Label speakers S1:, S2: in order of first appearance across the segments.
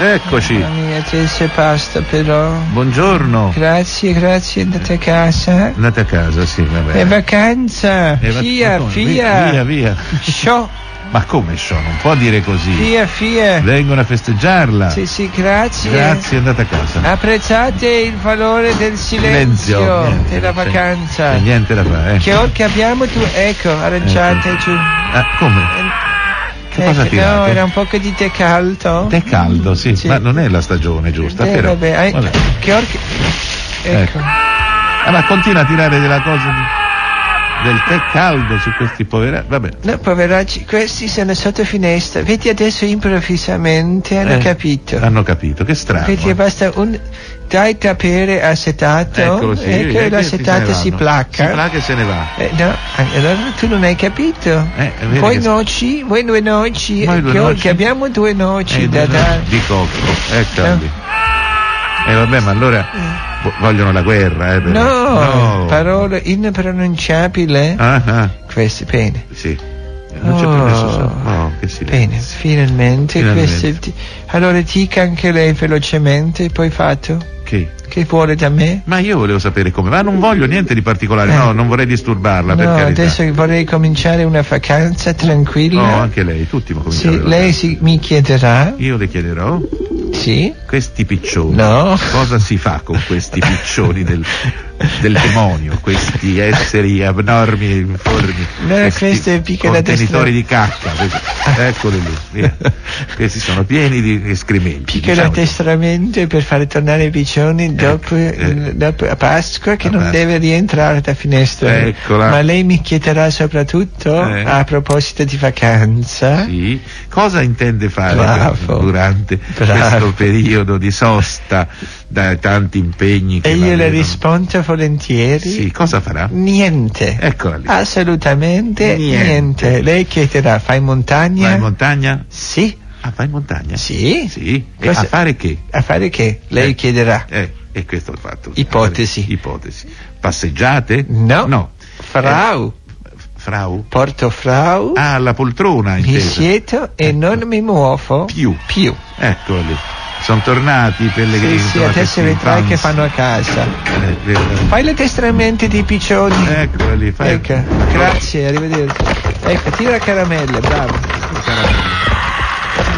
S1: Eccoci,
S2: Mamma mia, che c'è pasta però.
S1: buongiorno.
S2: Grazie, grazie, andate a casa.
S1: Andate a casa, sì, va
S2: È
S1: bene.
S2: vacanza.
S1: Eh, va-
S2: Eh, Fia,
S1: Madonna,
S2: fia.
S1: Via, via.
S2: Sciò,
S1: Ma come sono? Non può dire così.
S2: fia, fia.
S1: Vengono a festeggiarla.
S2: Sì, sì, grazie.
S1: Grazie, andate a casa.
S2: Apprezzate il valore del silenzio,
S1: niente,
S2: della
S1: c'è-
S2: vacanza.
S1: c'è Niente da fare. eh.
S2: Che orca abbiamo tu? Ecco, aranciate giù.
S1: Ah, come? Che cosa
S2: Ecco, no,
S1: tirate?
S2: era un po' di tè caldo.
S1: È caldo, sì,
S2: Eh, Sì.
S1: ma non è la stagione giusta,
S2: Eh,
S1: però.
S2: vabbè, hai-
S1: Vabbè.
S2: Che orca...
S1: Ecco.
S2: Ecco.
S1: Ah, ma continua a tirare della cosa di- del tè caldo su questi poveri. Vabbè.
S2: No, poveracci, questi sono sotto finestra. Vedi adesso improvvisamente hanno
S1: Eh,
S2: capito.
S1: Hanno capito, che strano.
S2: Perché
S1: eh.
S2: basta un dai tapere acetato
S1: Eccolo, sì,
S2: e che
S1: eh,
S2: l'acetato
S1: questi se
S2: si
S1: ne vanno.
S2: placca.
S1: Si placca e se ne va.
S2: Eh, no, allora tu non hai capito.
S1: Eh, è vero
S2: voi
S1: che-
S2: noci, voi due noci,
S1: Voi
S2: eh,
S1: due
S2: che,
S1: noci.
S2: che abbiamo due noci
S1: Eh,
S2: da Eh?
S1: due-
S2: dare.
S1: Di cocco, eccoli. E vabbè, ma allora vo- vogliono la guerra, eh? per-
S2: No, parola impronunciabile.
S1: Ah, ah,
S2: Questo, bene.
S1: sì. Non c'è più
S2: Oh.
S1: nessuno. Oh, che si
S2: Bene, finalmente,
S1: Finalmente.
S2: questo è il ti- Allora dica anche lei velocemente, poi fatto.
S1: Che?
S2: Che vuole da me?
S1: Ma io volevo sapere come, ma non voglio niente di particolare, no, non vorrei disturbarla, per
S2: Eh. no,
S1: carità.
S2: adesso vorrei cominciare una vacanza
S1: No,
S2: tranquilla.
S1: anche lei, tutti mi
S2: Sì,
S1: cominciano a
S2: lei si- mi chiederà,
S1: Io le chiederò,
S2: sì?
S1: questi piccioni,
S2: No.
S1: cosa si fa con questi piccioni del, del demonio, questi esseri abnormi e informi,
S2: No, questo è piccolo
S1: contenitori
S2: destro-
S1: di cacca, questi- eccoli lì, via. questi sono pieni di escrementi.
S2: Piccolo
S1: diciamo.
S2: addestramento per far tornare i piccioni dopo,
S1: eh.
S2: dopo a Pasqua che
S1: A
S2: non
S1: Pasqua.
S2: deve rientrare da finestra.
S1: Eccola.
S2: Ma lei mi chiederà soprattutto,
S1: Eh.
S2: a proposito di vacanza,
S1: Sì. Cosa intende fare
S2: Bravo.
S1: durante
S2: Bravo.
S1: questo periodo di sosta da tanti impegni? Che
S2: e io le
S1: vedono?
S2: rispondo volentieri,
S1: Sì, cosa farà?
S2: Mm. niente.
S1: Eccola lì.
S2: Ah, Assolutamente
S1: Niente.
S2: niente. Lei chiederà, fai montagna?
S1: Va in montagna?
S2: sì.
S1: Ah, va in montagna?
S2: eh. Sì.
S1: Sì. E
S2: Questo-
S1: a fare che?
S2: A fare che? Lei
S1: Eh.
S2: chiederà.
S1: Eh, e questo è il fatto.
S2: Ipotesi.
S1: Ipotesi. Passeggiate?
S2: No.
S1: No.
S2: Frau,
S1: Frau?
S2: porto frau,
S1: Ah, la poltrona
S2: mi
S1: intesa.
S2: siedo e non mi muovo.
S1: Più.
S2: Più.
S1: Eccolo Ecco, lì. Sono tornati i pellegrini.
S2: Sì, sì,
S1: insomma, questi
S2: adesso vedrai
S1: infami.
S2: che fanno a casa.
S1: Eh, vedo.
S2: Fai l'addestramento di piccioni.
S1: Eccola lì, Eh, fai.
S2: Ecco, grazie, arrivederci. Ecco, tira caramelle, bravo.
S1: Caramelle.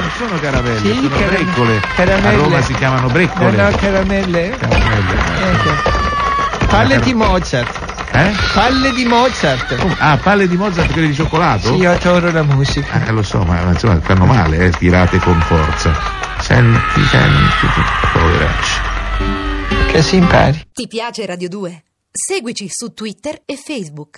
S1: Non sono caramelle,
S2: Sì,
S1: sono
S2: caramelle.
S1: breccole.
S2: Caramelle.
S1: A Roma si chiamano breccole.
S2: No, no, caramelle.
S1: Caramelle.
S2: Ecco. Palle di Mozart.
S1: Eh?
S2: Palle di Mozart.
S1: Ah, palle di Mozart quelle di
S2: Sì,
S1: cioccolato?
S2: io adoro la musica.
S1: Ah, lo so, ma ma insomma fanno male, eh, tirate con forza. Senti, senti, poveracci.
S2: Che si impari.
S3: Ti piace Radio 2? Seguici su Twitter e Facebook.